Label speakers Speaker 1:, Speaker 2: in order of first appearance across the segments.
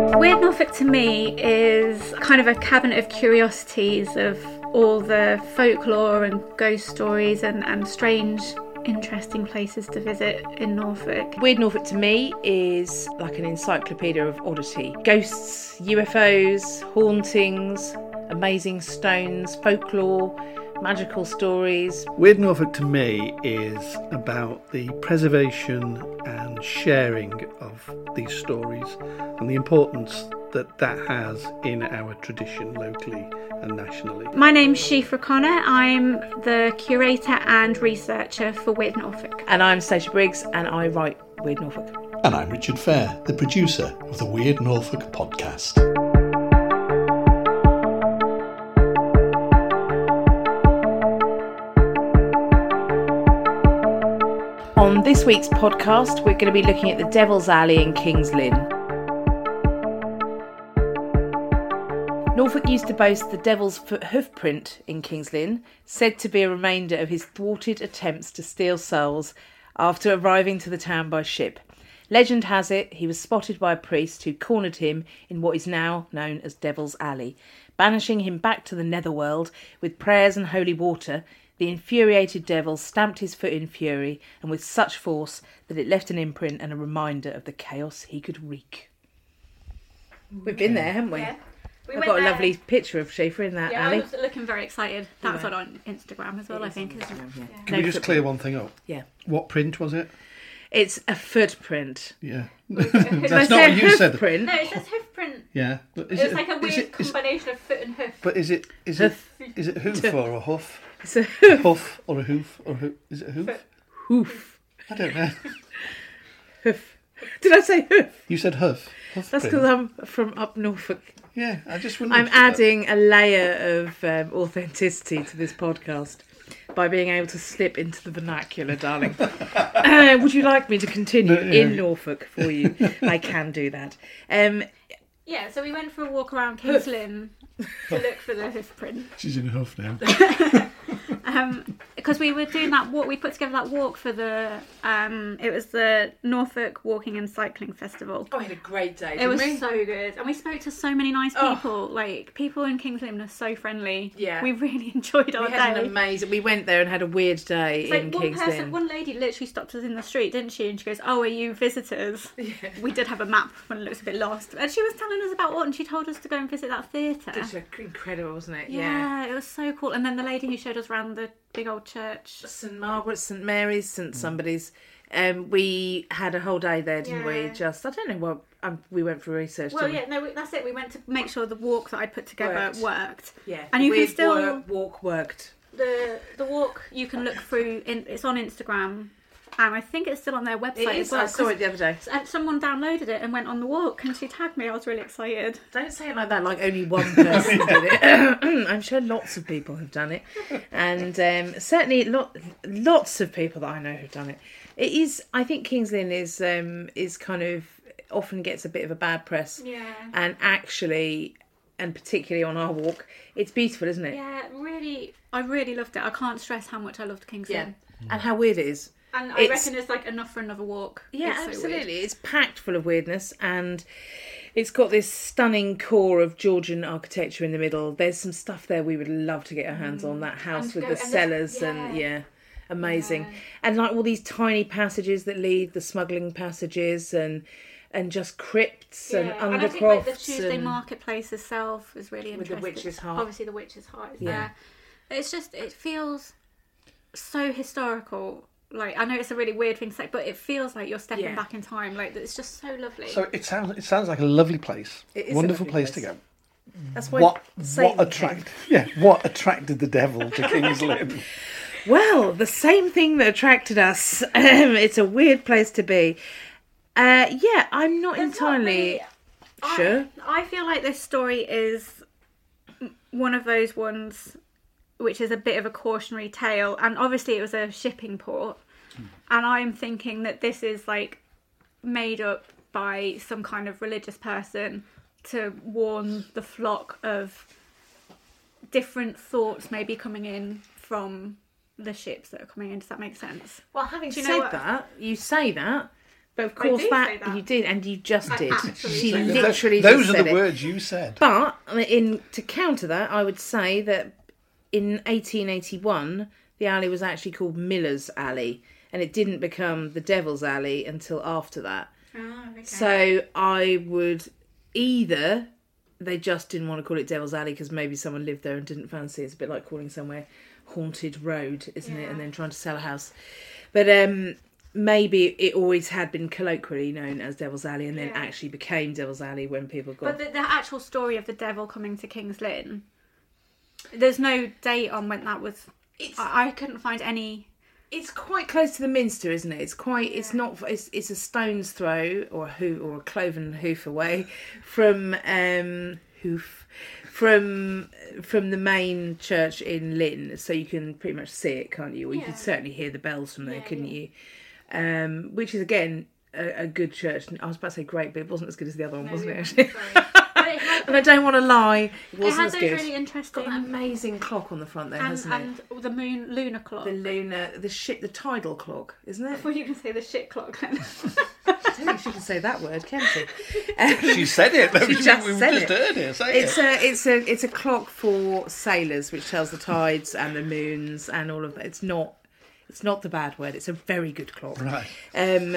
Speaker 1: book to me is kind of a cabinet of curiosities of all the folklore and ghost stories and, and strange, interesting places to visit in Norfolk.
Speaker 2: Weird Norfolk to me is like an encyclopedia of oddity ghosts, UFOs, hauntings, amazing stones, folklore, magical stories.
Speaker 3: Weird Norfolk to me is about the preservation and sharing of these stories and the importance that that has in our tradition locally and nationally.
Speaker 1: My name's Sheaf O'Connor. I'm the curator and researcher for Weird Norfolk.
Speaker 2: And I'm Stacia Briggs and I write Weird Norfolk.
Speaker 4: And I'm Richard Fair, the producer of the Weird Norfolk podcast.
Speaker 2: On this week's podcast, we're going to be looking at the Devil's Alley in King's Lynn. Norfolk used to boast the Devil's Foot hoofprint in King's Lynn, said to be a remainder of his thwarted attempts to steal souls after arriving to the town by ship. Legend has it he was spotted by a priest who cornered him in what is now known as Devil's Alley, banishing him back to the netherworld with prayers and holy water. The infuriated devil stamped his foot in fury and with such force that it left an imprint and a reminder of the chaos he could wreak. We've been there, haven't we?
Speaker 1: We
Speaker 2: I've got a lovely picture of Schaefer in that
Speaker 1: Yeah, I
Speaker 2: alley.
Speaker 1: was looking very excited. That was on, on Instagram as well, I think. Isn't it?
Speaker 3: Can we just clear one thing up?
Speaker 2: Yeah.
Speaker 3: What print was it?
Speaker 2: It's a footprint.
Speaker 3: Yeah. That's not
Speaker 2: I
Speaker 3: what
Speaker 2: said
Speaker 3: you said.
Speaker 2: hoofprint.
Speaker 1: No, it says hoofprint.
Speaker 3: Yeah. But is
Speaker 1: It's like a
Speaker 3: is
Speaker 1: weird
Speaker 3: it- is-
Speaker 1: combination of foot and hoof.
Speaker 3: But is it is it is it hoof or a hoof?
Speaker 2: It's a
Speaker 3: Hoof or a hoof or hoof? Is it a hoof?
Speaker 2: hoof.
Speaker 3: I don't know.
Speaker 2: Hoof. Did I say hoof?
Speaker 3: You said hoof. hoof print.
Speaker 2: That's because I'm from up Norfolk.
Speaker 3: Yeah, I just wondered.
Speaker 2: I'm adding a layer of um, authenticity to this podcast by being able to slip into the vernacular, darling. Uh, would you like me to continue
Speaker 3: No, yeah.
Speaker 2: in Norfolk for you? I can do that. Um,
Speaker 1: Yeah, so we went for a walk around King's Lynn to look for the hoofprint.
Speaker 3: She's in a hoof now.
Speaker 1: um because we were doing that walk we put together that walk for the um it was the norfolk walking and cycling festival
Speaker 2: oh, I had a great day.
Speaker 1: it was so good and we spoke to so many nice
Speaker 2: Oh.
Speaker 1: people like people in king's Lynn are so friendly
Speaker 2: Yeah.
Speaker 1: we really enjoyed our
Speaker 2: we had an
Speaker 1: day
Speaker 2: amazing. We went there and had a weird day
Speaker 1: It's like
Speaker 2: in
Speaker 1: one
Speaker 2: Kings
Speaker 1: person
Speaker 2: Lynn.
Speaker 1: one lady literally stopped us in the street didn't she and she goes oh are you visitors we did have a map when it looks a bit lost and she was telling us about what and she told us to go and visit that theatre
Speaker 2: It's incredible, wasn't it?
Speaker 1: yeah, it was so cool. And then the lady who showed us around the big old church.
Speaker 2: St Margaret's, St Mary's, St somebody's. Um, we had a whole day there, didn't we?
Speaker 1: Yeah.
Speaker 2: Just I don't know what um, we went for research.
Speaker 1: Well,
Speaker 2: didn't
Speaker 1: yeah, no, we- that's it. We went to make sure the walk that I put together
Speaker 2: Worked.
Speaker 1: worked.
Speaker 2: we? yeah.
Speaker 1: and you can
Speaker 2: Weird
Speaker 1: still-
Speaker 2: work, walk worked.
Speaker 1: The the walk you can look through. In, it's on Instagram, and I think it's still on their website
Speaker 2: It is.
Speaker 1: as well.
Speaker 2: I saw
Speaker 1: 'cause-
Speaker 2: it the other day.
Speaker 1: And someone downloaded it and went on the walk, and she tagged me. I was really excited.
Speaker 2: Don't say it like that. Like only one person did it. I'm sure lots of people have done it, and um, certainly lot, lots of people that I know have done it. It is. I think Kings Lynn is um, is kind of often gets a bit of a bad press.
Speaker 1: Yeah.
Speaker 2: And actually, and particularly on our walk, it's beautiful, isn't it?
Speaker 1: Yeah, really, I really loved it. I can't stress how much I loved King's
Speaker 2: Yeah.
Speaker 1: Lynn.
Speaker 2: And how weird it is.
Speaker 1: And I
Speaker 2: It's-
Speaker 1: reckon there's like enough for another walk.
Speaker 2: Yeah,
Speaker 1: It's so weird.
Speaker 2: absolutely. it's packed full of weirdness and it's got this stunning core of Georgian architecture in the middle. There's some stuff there we would love to get our hands on that house
Speaker 1: to
Speaker 2: with
Speaker 1: go-
Speaker 2: the
Speaker 1: Mm. and there's-
Speaker 2: cellars and
Speaker 1: yeah.
Speaker 2: yeah, amazing. And like all these tiny passages that lead the smuggling passages and and just crypts and
Speaker 1: Yeah, and I think
Speaker 2: undercrofts
Speaker 1: like the Tuesday
Speaker 2: and
Speaker 1: marketplace itself was really
Speaker 2: With the
Speaker 1: interesting.
Speaker 2: witch's heart.
Speaker 1: Obviously, the witch's heart is
Speaker 2: Yeah.
Speaker 1: there. It's just it feels so historical. Like I know it's a really weird thing to say, but it feels like you're stepping
Speaker 2: Yeah.
Speaker 1: back in time. Like it's just so lovely.
Speaker 3: So it sounds it sounds like a lovely place.
Speaker 2: It is a
Speaker 3: Wonderful
Speaker 2: lovely
Speaker 3: place,
Speaker 2: place.
Speaker 3: to go.
Speaker 2: that's why
Speaker 3: What
Speaker 2: Satan
Speaker 3: what
Speaker 2: came.
Speaker 3: attract? Yeah, what attracted the devil to King's Lynn?
Speaker 2: Well, the same thing that attracted us. um, it's a weird place to be. Uh, yeah, I'm not
Speaker 1: There's not
Speaker 2: entirely
Speaker 1: really- I-
Speaker 2: sure.
Speaker 1: I, feel like this story is m- one of those ones which is a bit of a cautionary tale, and obviously it was a shipping port,
Speaker 2: Hmm.
Speaker 1: and I'm thinking that this is like made up by some kind of religious person to warn the flock of different thoughts maybe coming in from the ships that are coming in. Does that make sense?
Speaker 2: Well, having
Speaker 1: Do you know
Speaker 2: said
Speaker 1: what-
Speaker 2: that, you say that, But of course,
Speaker 1: did
Speaker 2: that,
Speaker 1: say that.
Speaker 2: you did, and you just
Speaker 1: I
Speaker 2: did.
Speaker 1: absolutely
Speaker 2: She
Speaker 1: said that.
Speaker 2: literally
Speaker 4: those
Speaker 2: just
Speaker 4: are
Speaker 2: said
Speaker 4: the
Speaker 2: it.
Speaker 4: words you said.
Speaker 2: But I mean, in to counter that, I would say that in 1881, the alley was actually called Miller's Alley, and it didn't become the Devil's Alley until after that.
Speaker 1: Oh, okay.
Speaker 2: So I would either they just didn't want to call it Devil's Alley because maybe someone lived there and didn't fancy it. It's a bit like calling somewhere Haunted Road, isn't it? And then trying to sell a house. But um, maybe it always had been colloquially known as Devil's Alley and then
Speaker 1: Yeah.
Speaker 2: actually became Devil's Alley when people
Speaker 1: But
Speaker 2: got.
Speaker 1: the, the actual story of the devil coming to King's Lynn, there's no date on when that was.
Speaker 2: It's-
Speaker 1: I, I couldn't find any.
Speaker 2: It's quite close to the Minster, isn't it? It's quite. It's not. It's, it's a stone's throw or a hoo or a cloven hoof away from um hoof from from the main church in Lynn. So you can pretty much see it, can't you? Or you
Speaker 1: Yeah.
Speaker 2: can certainly hear the bells from there, couldn't
Speaker 1: yeah.
Speaker 2: you? Um, which is again a, a good church. I was about to say great, but it wasn't as good as the other one, wasn't it?
Speaker 1: Sorry. But it had,
Speaker 2: and I don't want to lie. It
Speaker 1: it had
Speaker 2: wasn't
Speaker 1: those
Speaker 2: as good.
Speaker 1: really interesting.
Speaker 2: Got that amazing clock on the front there,
Speaker 1: and,
Speaker 2: hasn't it?
Speaker 1: and the moon lunar clock.
Speaker 2: The lunar, the shit, the tidal clock, isn't it?
Speaker 1: Well, you can say the shit clock then.
Speaker 2: I don't think she can say that word, can she?
Speaker 4: She said it. She
Speaker 2: just
Speaker 4: We've
Speaker 2: said
Speaker 4: just
Speaker 2: it.
Speaker 4: heard it. Say
Speaker 2: It's
Speaker 4: it.
Speaker 2: a it's a it's a clock for sailors, which tells the tides and the moons and all of that. It's not it's not the bad word. It's a very good clock.
Speaker 4: Right.
Speaker 2: Um,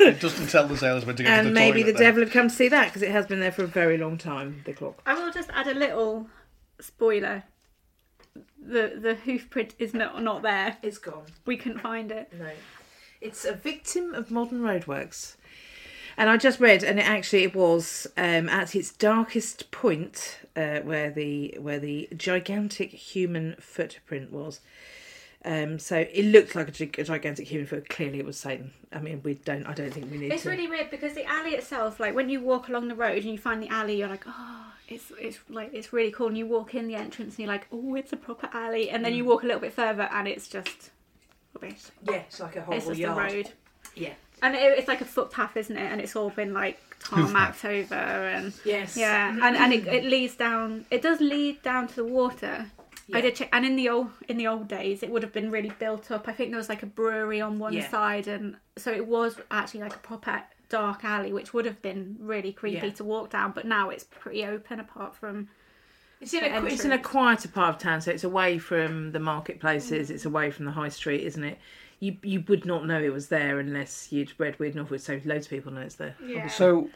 Speaker 4: It doesn't tell the sailors when to go to
Speaker 2: and
Speaker 4: the
Speaker 2: maybe the
Speaker 4: toilet then.
Speaker 2: devil had come to see that because it has been there for a very long time. The clock.
Speaker 1: I will just add a little spoiler. The the hoof print is not not there.
Speaker 2: It's gone.
Speaker 1: We couldn't find it.
Speaker 2: No. It's a victim of modern roadworks. And I just read, and it actually it was um, at its darkest point uh, where the where the gigantic human footprint was. Um, so it looked like a, gig- a gigantic human foot. Clearly, it was Satan. I mean, we don't. I don't think we need
Speaker 1: It's
Speaker 2: to.
Speaker 1: really weird because the alley itself, like when you walk along the road and you find the alley, you're like, oh, it's it's like it's really cool. And you walk in the entrance and you're like, oh, it's a proper alley. And then you walk a little bit further and it's just rubbish.
Speaker 2: yeah, it's like a whole
Speaker 1: it's just a road.
Speaker 2: Yeah.
Speaker 1: And it, it's like a footpath, isn't it? And it's all been like tarmacked over and
Speaker 2: Yes.
Speaker 1: yeah, and and it, it leads down. It does lead down to the water. I did check, and in the old in the old days, it would have been really built up. I think there was like a brewery on one
Speaker 2: Yeah.
Speaker 1: side, and so it was actually like a proper dark alley, which would have been really creepy
Speaker 2: Yeah.
Speaker 1: to walk down. But now it's pretty open, apart from
Speaker 2: It's in,
Speaker 1: the
Speaker 2: a, it's in a
Speaker 1: entrance.
Speaker 2: quieter part of town, so it's away from the marketplaces, it's away from the high street, isn't it? You you would not know it was there unless you'd read Weird Northwood, so loads of people know it's there.
Speaker 1: yeah.
Speaker 4: So,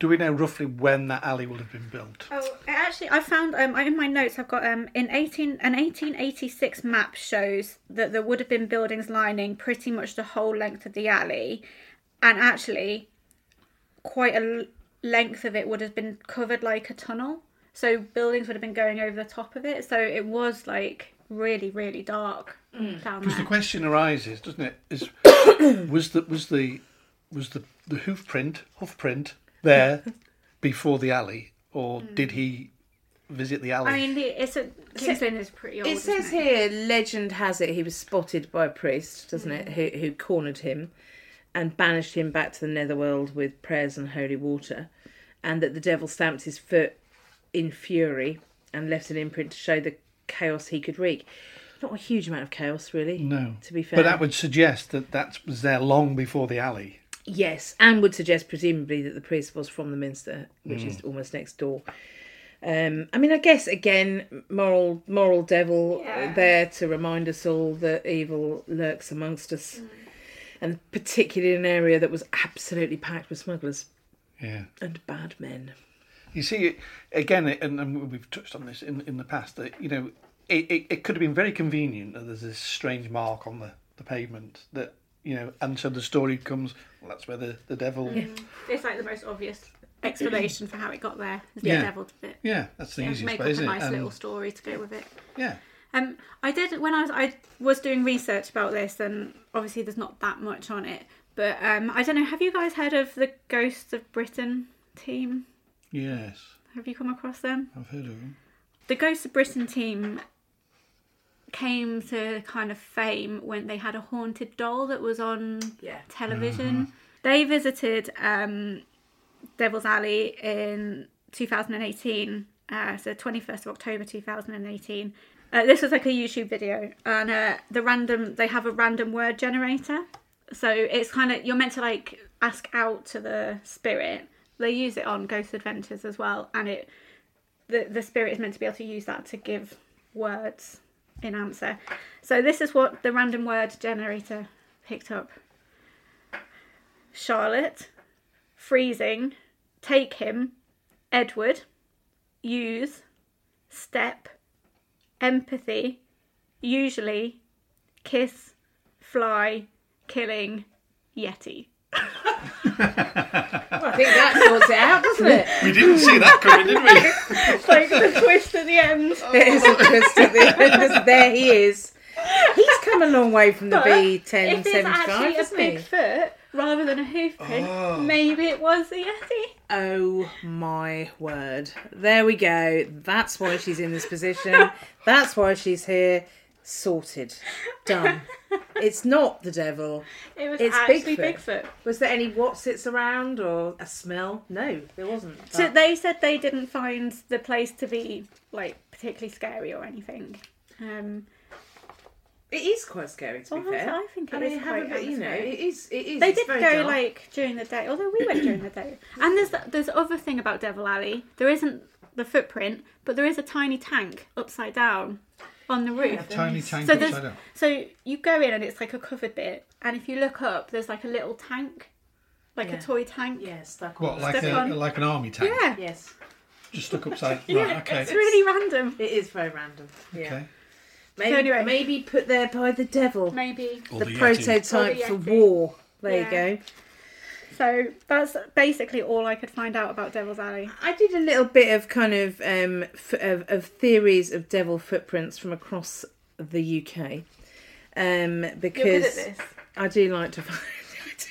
Speaker 4: do we know roughly when that alley would have been built?
Speaker 1: Oh, I actually, I found um, in my notes I've got um, in eighteen an eighteen eighty six map shows that there would have been buildings lining pretty much the whole length of the alley, and actually, quite a l- length of it would have been covered like a tunnel. So buildings would have been going over the top of it. So it was like really, really dark
Speaker 2: Mm.
Speaker 1: down
Speaker 4: Because the
Speaker 1: there.
Speaker 4: question arises, doesn't it? Is was the was the was the the hoof print hoof print there before the alley, or did he visit the alley?
Speaker 1: Mm. I mean, the- it's a Kingsland is pretty old.
Speaker 2: It
Speaker 1: isn't
Speaker 2: says here, legend has it he was spotted by a priest, doesn't it, who, who cornered him and banished him back to the netherworld with prayers and holy water, and that the devil stamped his foot in fury and left an imprint to show the chaos he could wreak. Not a huge amount of chaos, really.
Speaker 4: no,
Speaker 2: To be fair.
Speaker 4: but that would suggest that that was there long before the alley.
Speaker 2: Yes, and would suggest presumably that the priest was from the Minster, which is almost next door. Um, I mean, I guess again, moral moral devil uh,
Speaker 1: Yeah.
Speaker 2: there to remind us all that evil lurks amongst us,
Speaker 1: Hmm.
Speaker 2: and particularly in an area that was absolutely packed with smugglers
Speaker 4: Yeah.
Speaker 2: and bad men.
Speaker 4: You see, again, and, and we've touched on this in, in the past, that, you know, it, it, it could have been very convenient that there's this strange mark on the, the pavement that, you know, and so the story comes, well, that's where the, the devil. Yeah,
Speaker 1: it? It's like the most obvious explanation for how it got there. is
Speaker 4: Yeah.
Speaker 1: The devil did it.
Speaker 4: that's the
Speaker 1: Yeah,
Speaker 4: easiest
Speaker 1: make
Speaker 4: way,
Speaker 1: up a
Speaker 4: isn't
Speaker 1: nice
Speaker 4: it? Um, And-
Speaker 1: little story to go with it.
Speaker 4: yeah.
Speaker 1: Um, I did when I was I was doing research about this, and obviously there's not that much on it. But um, I don't know. Have you guys heard of the Ghosts of Britain team?
Speaker 4: Yes,
Speaker 1: Have you come across them?
Speaker 4: I've heard of him.
Speaker 1: The Ghosts of Britain team came to kind of fame when they had a haunted doll that was on
Speaker 2: Yeah.
Speaker 1: television. They visited um, Devil's Alley in 2018, uh, so 21st of October 2018. Uh, this was like a YouTube video, and uh, the random they have a random word generator. So it's kind of you're meant to like ask out to the spirit. They use it on Ghost Adventures as well, and it the the spirit is meant to be able to use that to give words in answer. So this is what the random word generator picked up: Charlotte, freezing, take him, Edward, use, step, empathy, usually, kiss, fly, killing, yeti.
Speaker 2: I think that sorts it out, doesn't it?
Speaker 4: We didn't see that coming, did we?
Speaker 1: It's like the twist at the end.
Speaker 2: It is interesting. because there he is. He's come a long way from the B1075,
Speaker 1: if it's actually a
Speaker 2: hasn't he?
Speaker 1: big foot rather than a hoof print,
Speaker 4: Oh,
Speaker 1: maybe it was the yeti.
Speaker 2: Oh my word. There we go. That's why she's in this position. That's why she's here. Sorted. Done. It's not the devil.
Speaker 1: It was
Speaker 2: It's
Speaker 1: actually
Speaker 2: Bigfoot. Oh.
Speaker 1: Bigfoot.
Speaker 2: Was there any watsits around or a smell? No, there wasn't.
Speaker 1: So
Speaker 2: But-
Speaker 1: they said they didn't find the place to be like particularly scary or anything. Um,
Speaker 2: it is quite scary to be
Speaker 1: well,
Speaker 2: fair.
Speaker 1: I think it
Speaker 2: I mean,
Speaker 1: is
Speaker 2: have a
Speaker 1: quite
Speaker 2: bit, you know,
Speaker 1: atmospheric.
Speaker 2: it is. It is.
Speaker 1: They
Speaker 2: it's
Speaker 1: did go
Speaker 2: very dark.
Speaker 1: like during the day, although we went during the day. And there's there's other thing about Devil Alley. There isn't the footprint, but there is a tiny tank upside down on the roof.
Speaker 4: Tiny tank
Speaker 1: So
Speaker 4: upside
Speaker 1: there's
Speaker 4: down.
Speaker 1: so you go in and it's like a covered bit, and if you look up, there's like a little tank, like
Speaker 2: Yeah.
Speaker 1: a toy tank.
Speaker 2: Yeah, stuck
Speaker 4: What,
Speaker 2: on.
Speaker 4: like
Speaker 1: Step
Speaker 4: a,
Speaker 1: on.
Speaker 4: like an army tank?
Speaker 1: Yeah.
Speaker 2: Yes,
Speaker 4: Just stuck upside. Right,
Speaker 1: Yeah,
Speaker 4: okay.
Speaker 1: it's really random.
Speaker 2: it is very random. Yeah.
Speaker 4: Okay.
Speaker 2: Maybe,
Speaker 1: So anyway-
Speaker 2: maybe put there by the devil.
Speaker 1: Maybe
Speaker 4: Or
Speaker 2: the,
Speaker 3: E
Speaker 4: Yeti.
Speaker 2: prototype
Speaker 1: Or the
Speaker 2: for
Speaker 1: Yeti.
Speaker 2: war. There
Speaker 1: Yeah.
Speaker 2: you go.
Speaker 1: so. That's basically all I could find out about Devil's Alley.
Speaker 2: I did a little bit of kind of um f- of, of theories of devil footprints from across the UK. Um, because
Speaker 1: You're good at this.
Speaker 2: I do like to find.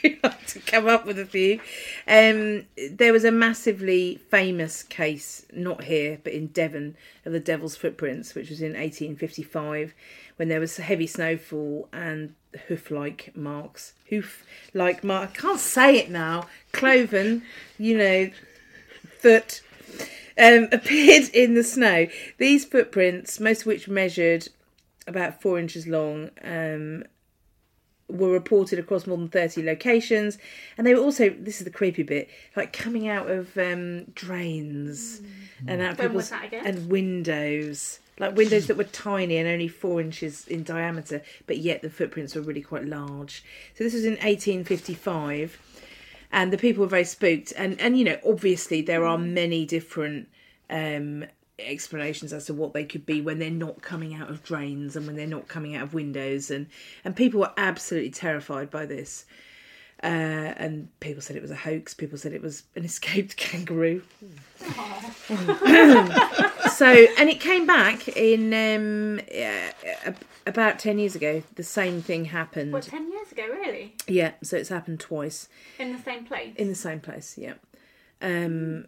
Speaker 2: I do like to come up with a few. Um, there was a massively famous case, not here but in Devon, of the Devil's Footprints, which was in 1855, when there was heavy snowfall and hoof-like marks, hoof-like mark. I can't say it now. Cloven, you know, foot um, appeared in the snow. These footprints, most of which measured about four inches long, um, were reported across more than 30 locations. And they were also, this is the creepy bit, like coming out of um, drains and out of
Speaker 1: When
Speaker 2: people's
Speaker 1: was that again?
Speaker 2: and windows. Like windows that were tiny and only four inches in diameter, but yet the footprints were really quite large. So this was in 1855 and the people were very spooked and and you know obviously there are many different um explanations as to what they could be when they're not coming out of drains and when they're not coming out of windows and and people were absolutely terrified by this uh and people said it was a hoax people said it was an escaped kangaroo so and it came back in um yeah, ab- about 10 years ago the same thing happened
Speaker 1: What ten years ago, really,
Speaker 2: yeah so it's happened twice
Speaker 1: in the same place.
Speaker 2: in the same place, yeah. Um,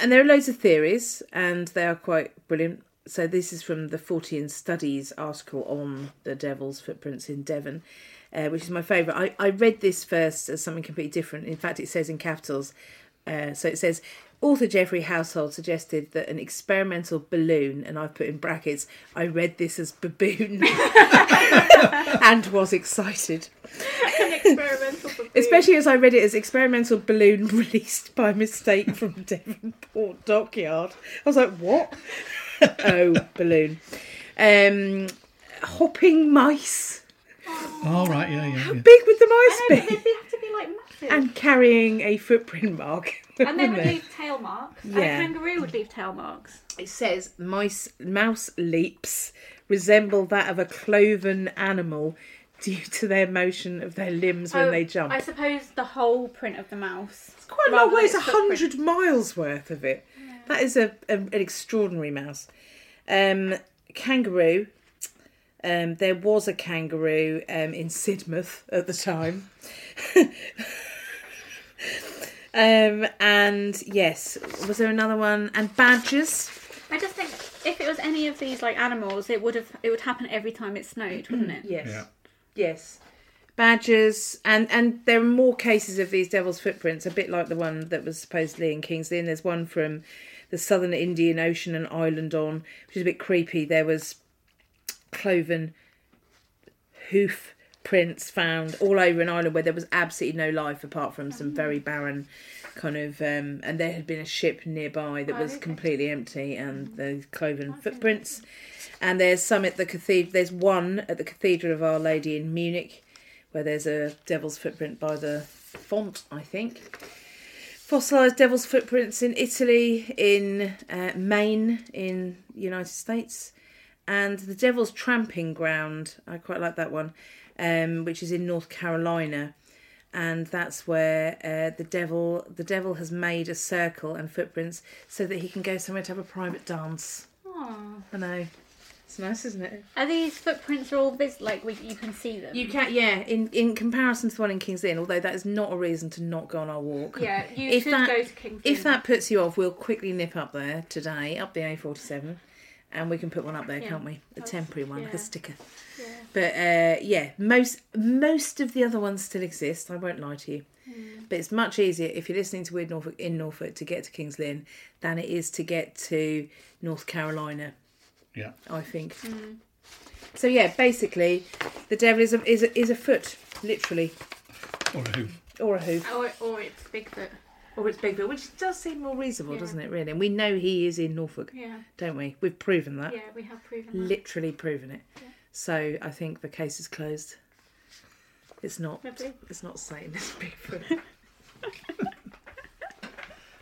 Speaker 2: and there are loads of theories, and they are quite brilliant. So this is from the Fortean Studies article on the Devil's Footprints in Devon, uh, which is my favourite. I, I read this first as something completely different. In fact, it says in capitals. Uh, so it says, author Jeffrey Household suggested that an experimental balloon, and I've put in brackets, I read this as baboon, and was excited.
Speaker 1: an experimental. baboon.
Speaker 2: Especially as I read it as experimental balloon released by mistake from Devonport Dockyard. I was like, what? oh, balloon. Um, hopping mice.
Speaker 4: All right, yeah, yeah. yeah.
Speaker 2: Big with the
Speaker 1: I know,
Speaker 2: mice
Speaker 1: but
Speaker 2: be.
Speaker 1: they have to be like massive.
Speaker 2: And carrying a footprint mark.
Speaker 1: and they would
Speaker 2: Wouldn't they?
Speaker 1: leave tail marks. And
Speaker 2: Yeah.
Speaker 1: a kangaroo would leave tail marks.
Speaker 2: It says mice mouse leaps resemble that of a cloven animal due to their motion of their limbs when
Speaker 1: Oh,
Speaker 2: they jump.
Speaker 1: I suppose the whole print of the mouse. It's
Speaker 2: quite a long way. It's a hundred miles worth of it. That is a, a an extraordinary mouse. Um, kangaroo. Um, there was a kangaroo um, in Sidmouth at the time. um, and yes, was there another one? And badgers.
Speaker 1: I just think if it was any of these like animals, it would have it would happen every time it snowed, wouldn't it?
Speaker 2: Yes.
Speaker 4: Yeah.
Speaker 2: Yes. Badgers and and there are more cases of these devil's footprints, a bit like the one that was supposedly in Kingsley. And there's one from the southern Indian Ocean and island on, which is a bit creepy. There was cloven hoof prints found all over an island where there was absolutely no life apart from some very barren kind of um and there had been a ship nearby that was completely empty and the cloven footprints and there's some at the cathedral there's one at the cathedral of our lady in munich where there's a devil's footprint by the font i think fossilized devil's footprints in Italy, in uh, Maine, in the United States, and the Devil's Tramping Ground. I quite like that one, um, which is in North Carolina, and that's where uh, the devil the devil has made a circle and footprints so that he can go somewhere to have a private dance.
Speaker 1: Aw.
Speaker 2: I know. It's nice, isn't it?
Speaker 1: Are these footprints are all vis like we, you can see them?
Speaker 2: You can, yeah. In in comparison to the one in Kings Lynn, although that is not a reason to not go on our walk.
Speaker 1: yeah, you
Speaker 2: If
Speaker 1: should
Speaker 2: that-
Speaker 1: go to King's
Speaker 2: If
Speaker 1: Lynn.
Speaker 2: that puts you off, we'll quickly nip up there today, up the A47, and we can put one up there,
Speaker 1: Yeah.
Speaker 2: can't we? A
Speaker 1: That's-
Speaker 2: temporary one, like
Speaker 1: yeah.
Speaker 2: a sticker.
Speaker 1: Yeah.
Speaker 2: But uh, yeah, most most of the other ones still exist. I won't lie to you. But it's much easier if you're listening to Weird Norfolk in Norfolk to get to Kings Lynn than it is to get to North Carolina.
Speaker 3: Yeah.
Speaker 2: I think. So yeah, basically, the devil is a, is a, is a foot, literally,
Speaker 3: Or a hoof.
Speaker 2: or a hoof,
Speaker 1: Or, or it's Bigfoot.
Speaker 2: or it's Bigfoot, which does seem more reasonable,
Speaker 1: Yeah.
Speaker 2: doesn't it? Really, and we know he is in Norfolk.
Speaker 1: Yeah,
Speaker 2: don't we? We've proven that.
Speaker 1: yeah, we have proven that.
Speaker 2: Literally proven it. So I think the case is closed. It's not.
Speaker 1: Lovely.
Speaker 2: It's not saying it's Bigfoot.
Speaker 4: I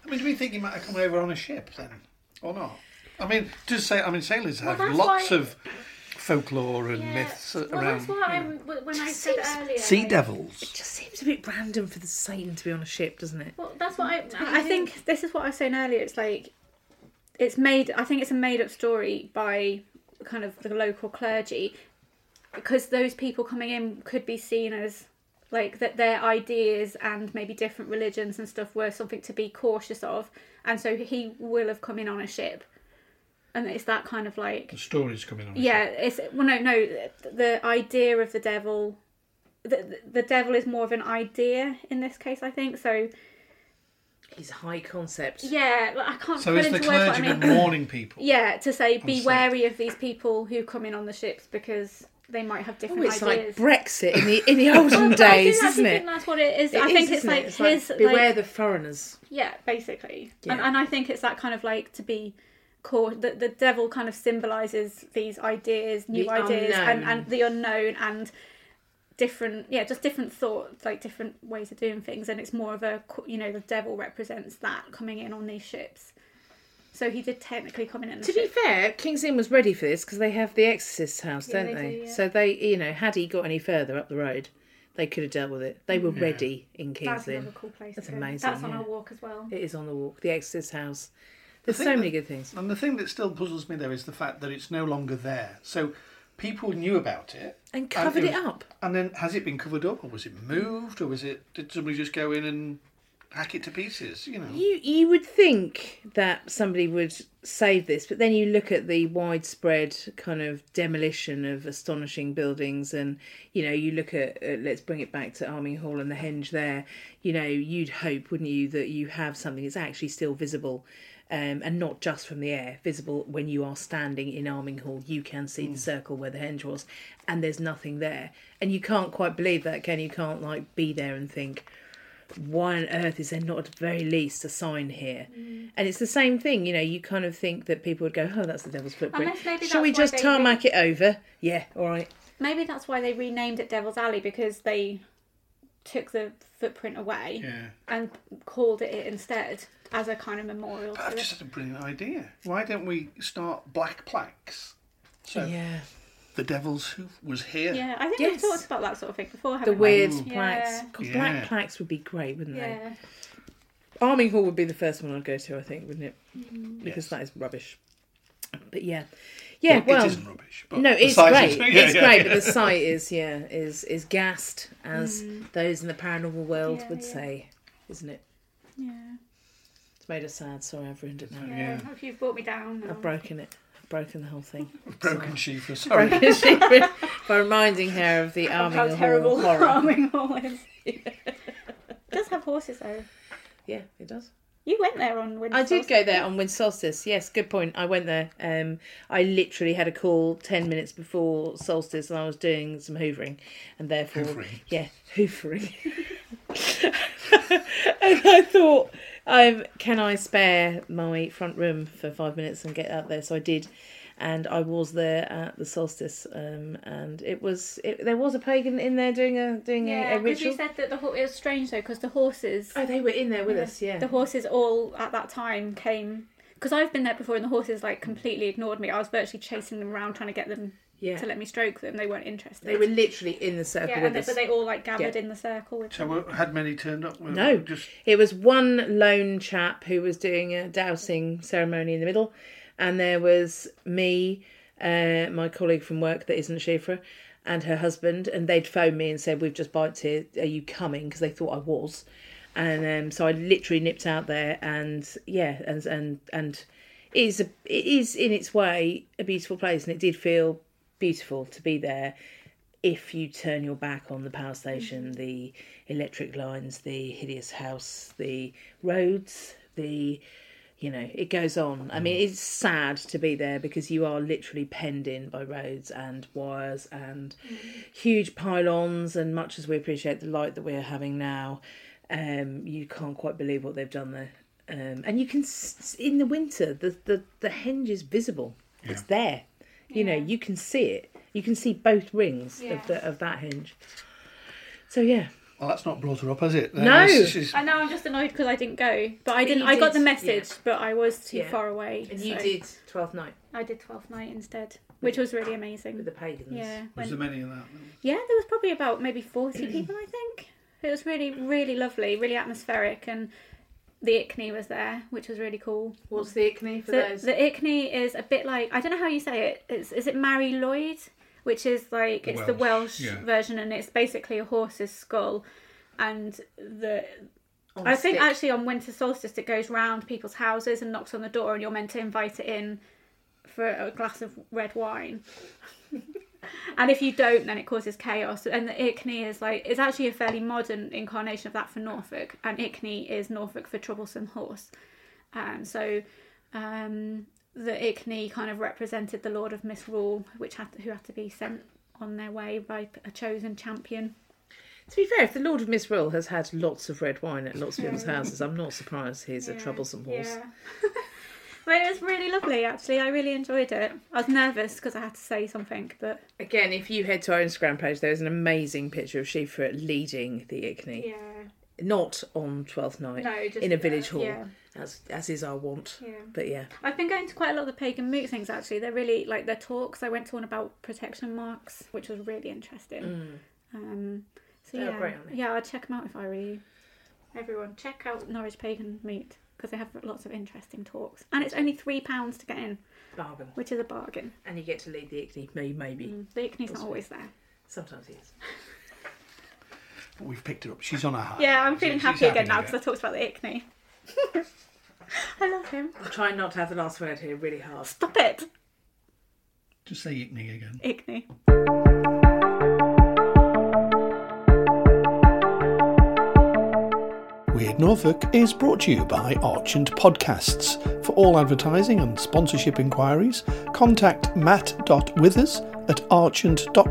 Speaker 4: mean, do we think he might have come over on a ship then, or not? I mean, just say. I mean, sailors
Speaker 1: Well,
Speaker 4: have
Speaker 1: that's
Speaker 4: lots
Speaker 1: why-
Speaker 4: of folklore and
Speaker 1: Yeah.
Speaker 4: myths
Speaker 1: Well,
Speaker 4: around.
Speaker 1: that's um, what I'm, when I said
Speaker 2: seems-
Speaker 1: earlier.
Speaker 3: Sea
Speaker 1: like-
Speaker 3: devils.
Speaker 2: Just seems a bit random for the Satan to be on a ship, doesn't it?
Speaker 1: Well, that's what I. I think this is what I was saying earlier. It's like it's made. I think it's a made-up story by kind of the local clergy, because those people coming in could be seen as like that their ideas and maybe different religions and stuff were something to be cautious of, and so he will have come in on a ship, and it's that kind of like
Speaker 4: The stories coming on.
Speaker 1: yeah. It's well, no, no. the- The idea of the devil. The, the devil is more of an idea in this case, I think. So
Speaker 2: He's a high concept.
Speaker 1: yeah, like, I can't
Speaker 4: So
Speaker 1: put
Speaker 4: is the
Speaker 1: into words what I
Speaker 4: clergyman
Speaker 1: mean.
Speaker 4: warning people?
Speaker 1: Yeah, to say be
Speaker 4: set.
Speaker 1: wary of these people who come in on the ships because they might have
Speaker 2: Oh,
Speaker 1: different
Speaker 2: it's like
Speaker 1: ideas. Oh,
Speaker 2: Brexit in the in the olden days,
Speaker 1: I
Speaker 2: isn't
Speaker 1: think
Speaker 2: it?
Speaker 1: that's what it is.
Speaker 2: It
Speaker 1: I
Speaker 2: is,
Speaker 1: think it's
Speaker 2: isn't
Speaker 1: like
Speaker 2: it? It's like,
Speaker 1: his
Speaker 2: beware
Speaker 1: like,
Speaker 2: the foreigners.
Speaker 1: yeah, basically,
Speaker 2: Yeah.
Speaker 1: And, and I think it's that kind of like to be caught. The, the devil kind of symbolizes these ideas, new
Speaker 2: The
Speaker 1: ideas, and,
Speaker 2: unknown.
Speaker 1: and the unknown and different yeah just different thoughts like different ways of doing things and it's more of a qu- you know the devil represents that coming in on these ships so he did technically come in on the
Speaker 2: To be
Speaker 1: ship.
Speaker 2: fair, King's Inn was ready for this because they have the Exorcist's house,
Speaker 1: Yeah,
Speaker 2: don't
Speaker 1: they
Speaker 2: they?
Speaker 1: do, yeah.
Speaker 2: So they, you know, had he got any further up the road, they could have dealt with it. They were ready in King's
Speaker 1: That's
Speaker 2: Lynn.
Speaker 1: another cool place.
Speaker 2: That's
Speaker 1: to go.
Speaker 2: amazing,
Speaker 1: That's on
Speaker 2: yeah.
Speaker 1: our walk as well.
Speaker 2: It is on the walk. The Exorcist's house. There's
Speaker 4: I
Speaker 2: so
Speaker 4: think
Speaker 2: many good things.
Speaker 4: And the thing that still puzzles me though is the fact that it's no longer there. So people knew about it,
Speaker 2: And covered it
Speaker 4: was-
Speaker 2: up.
Speaker 4: and then has it been covered up, or was it moved, or was it? Did somebody just go in and hack it to pieces? You know.
Speaker 2: You you would think that somebody would save this, but then you look at the widespread kind of demolition of astonishing buildings, and you know you look at uh, let's bring it back to Army Hall and the Henge there. You know you'd hope, wouldn't you, that you have something that's actually still visible. Um, and not just from the air, visible when you are standing in Arming Hall, you can see the circle where the henge was, and there's nothing there. And you can't quite believe that, can you? You Can't like be there and think, why on earth is there not at the very least a sign here?
Speaker 1: Mm.
Speaker 2: And it's the same thing, you know, you kind of think that people would go, oh, that's the devil's footprint.
Speaker 1: Unless maybe
Speaker 2: Shall we
Speaker 1: that's why
Speaker 2: just
Speaker 1: they-
Speaker 2: tarmac it over? Yeah, all right.
Speaker 1: Maybe that's why they renamed it Devil's Alley because they took the footprint away
Speaker 4: Yeah.
Speaker 1: and called it it instead as a kind of memorial.
Speaker 4: I've
Speaker 1: to it.
Speaker 4: just had a brilliant idea. Why don't we start black plaques? So
Speaker 2: Yeah.
Speaker 4: the devil's hoof was here.
Speaker 1: Yeah, I think
Speaker 2: Yes.
Speaker 1: we've talked about that sort of thing before.
Speaker 2: The
Speaker 1: haven't we?
Speaker 2: weird
Speaker 1: Yeah.
Speaker 2: plaques. God,
Speaker 4: Yeah.
Speaker 2: Black plaques would be great, wouldn't they?
Speaker 1: Yeah,
Speaker 2: Arming Hall would be the first one I'd go to, I think, wouldn't it? Because that is rubbish. But yeah. Yeah,
Speaker 4: Well,
Speaker 2: well.
Speaker 4: it isn't rubbish. But
Speaker 2: no,
Speaker 4: the
Speaker 2: it's
Speaker 4: size
Speaker 2: great.
Speaker 4: is-
Speaker 2: it's
Speaker 4: yeah,
Speaker 2: great,
Speaker 4: yeah.
Speaker 2: but the site is yeah is is gassed, as those in the paranormal world
Speaker 1: Mm. Yeah,
Speaker 2: would
Speaker 1: yeah.
Speaker 2: say, isn't it?
Speaker 1: yeah.
Speaker 2: It's made us sad. Sorry, I've ruined it now.
Speaker 1: yeah. If you've brought me down, now.
Speaker 2: I've broken it. I've broken the whole thing.
Speaker 4: broken sheaf. Sorry.
Speaker 2: Broken she- by reminding her of the
Speaker 1: Of
Speaker 2: arming
Speaker 1: how
Speaker 2: of
Speaker 1: terrible
Speaker 2: horror.
Speaker 1: farming hall is. It does have horses though.
Speaker 2: Yeah, it does.
Speaker 1: You went there on Wednesday.
Speaker 2: I did go there on winter solstice. Yes, good point. I went there. Um, I literally had a call ten minutes before solstice, and I was doing some hoovering, and therefore,
Speaker 4: Hoovering.
Speaker 2: yeah, hoovering. and I thought, um, can I spare my front room for five minutes and get out there? So I did, and I was there at the solstice, um, and it was it, there was a pagan in there doing a doing
Speaker 1: Yeah,
Speaker 2: a, a
Speaker 1: because you
Speaker 2: ritual.
Speaker 1: said that the ho- it was strange though, because the horses,
Speaker 2: Oh, they were in there with us. Yeah,
Speaker 1: the horses all at that time came. Because I've been there before, and the horses like completely ignored me. I was virtually chasing them around, trying to get them
Speaker 2: yeah.
Speaker 1: to let me stroke them. They weren't interested.
Speaker 2: They were literally in the circle
Speaker 1: yeah,
Speaker 2: with
Speaker 1: and they,
Speaker 2: us.
Speaker 1: but they all like gathered in the circle with
Speaker 4: So
Speaker 1: them.
Speaker 4: uh, had many turned up? Were-
Speaker 2: No.
Speaker 4: Just
Speaker 2: It was one lone chap who was doing a dowsing ceremony in the middle, and there was me, uh, my colleague from work that isn't Shifra, and her husband, and they'd phoned me and said, "We've just biked here. Are you coming?" Because they thought I was, and um, so I literally nipped out there, and yeah, and and and it is a, it is in its way a beautiful place, and it did feel beautiful to be there if you turn your back on the power station, the electric lines, the hideous house, the roads, the you know, it goes on. I mean, it's sad to be there because you are literally penned in by roads and wires and huge pylons. And much as we appreciate the light that we're having now, um, you can't quite believe what they've done there. Um, and you can, s- in the winter, the, the, the hinge is visible, it's there. You know, you can see it. You can see both rings
Speaker 1: Yeah.
Speaker 2: of, the, of that hinge. So, yeah.
Speaker 4: well, that's not brought her up, has it?
Speaker 2: No.
Speaker 4: This is-
Speaker 1: I know I'm just annoyed because I didn't go, but I didn't.
Speaker 2: you
Speaker 1: I got
Speaker 2: did,
Speaker 1: the message,
Speaker 2: yeah.
Speaker 1: but I was too
Speaker 2: Yeah.
Speaker 1: far away. so
Speaker 2: 12th night
Speaker 1: I did twelfth night instead, which was really amazing.
Speaker 2: pagans.
Speaker 1: Yeah,
Speaker 4: was
Speaker 1: when-
Speaker 4: there many of that?
Speaker 1: yeah, there was probably about maybe forty people, I think. It was really, really lovely, really atmospheric, and the Ickney was there, which was really cool.
Speaker 2: What's the Ickney for
Speaker 1: The, the Ickney is a bit like I don't know how you say it. It's is it Mary Lloyd, which is like it's the Welsh
Speaker 4: Welsh, yeah.
Speaker 1: version, and it's basically a horse's skull, and the I think actually on winter solstice it goes round people's houses and knocks on the door, and you're meant to invite it in for a glass of red wine. and if you don't, then it causes chaos. And the Ickney is like it's actually a fairly modern incarnation of that for Norfolk, and Ickney is Norfolk for troublesome horse, and so. Um, the Ickney kind of represented the Lord of Misrule, which had who had to be sent on their way by a chosen champion.
Speaker 2: To be fair, if the Lord of Misrule has had lots of red wine at lots of people's houses, I'm not surprised he's a troublesome horse.
Speaker 1: Yeah. but it was really lovely, actually. I really enjoyed it. I was nervous because I had to say something, but
Speaker 2: Again, if you head to our Instagram page, there is an amazing picture of Shifa leading the Ickney,
Speaker 1: yeah,
Speaker 2: not on Twelfth Night,
Speaker 1: No, just- uh,
Speaker 2: in a village hall,
Speaker 1: yeah.
Speaker 2: as as is our want.
Speaker 1: yeah.
Speaker 2: But yeah,
Speaker 1: I've been going to quite a lot of the pagan moot things actually. They're really like their talks. I went to one about protection marks, which was really interesting. Um, so
Speaker 2: They're
Speaker 1: yeah,
Speaker 2: great, aren't Mm. they?
Speaker 1: yeah, I'd check them out if I were you. Everyone, check out Norwich Pagan Moot because they have lots of interesting talks, and it's only three pounds to get in,
Speaker 2: bargain,
Speaker 1: which is a bargain.
Speaker 2: and you get to lead the Ickney. Maybe, maybe
Speaker 1: The Ickney's not always there.
Speaker 2: sometimes he is.
Speaker 4: But we've picked her up. She's on our high.
Speaker 1: Yeah, I'm feeling
Speaker 4: She's
Speaker 1: happy again now
Speaker 4: again.
Speaker 1: because I talked about the Ickney. I love him.
Speaker 2: I'm trying not to have the last word here. Really hard.
Speaker 1: Stop it,
Speaker 4: Just say Ickney again.
Speaker 1: Ickney.
Speaker 3: Weird Norfolk is brought to you by Archant Podcasts. For all advertising and sponsorship inquiries, contact matt.withers at archant.co.uk.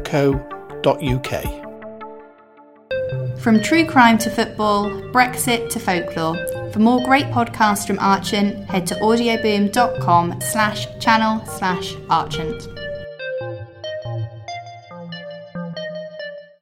Speaker 5: From true crime to football, Brexit to folklore. For more great podcasts from Archant, head to audioboom.com slash channel slash Archant.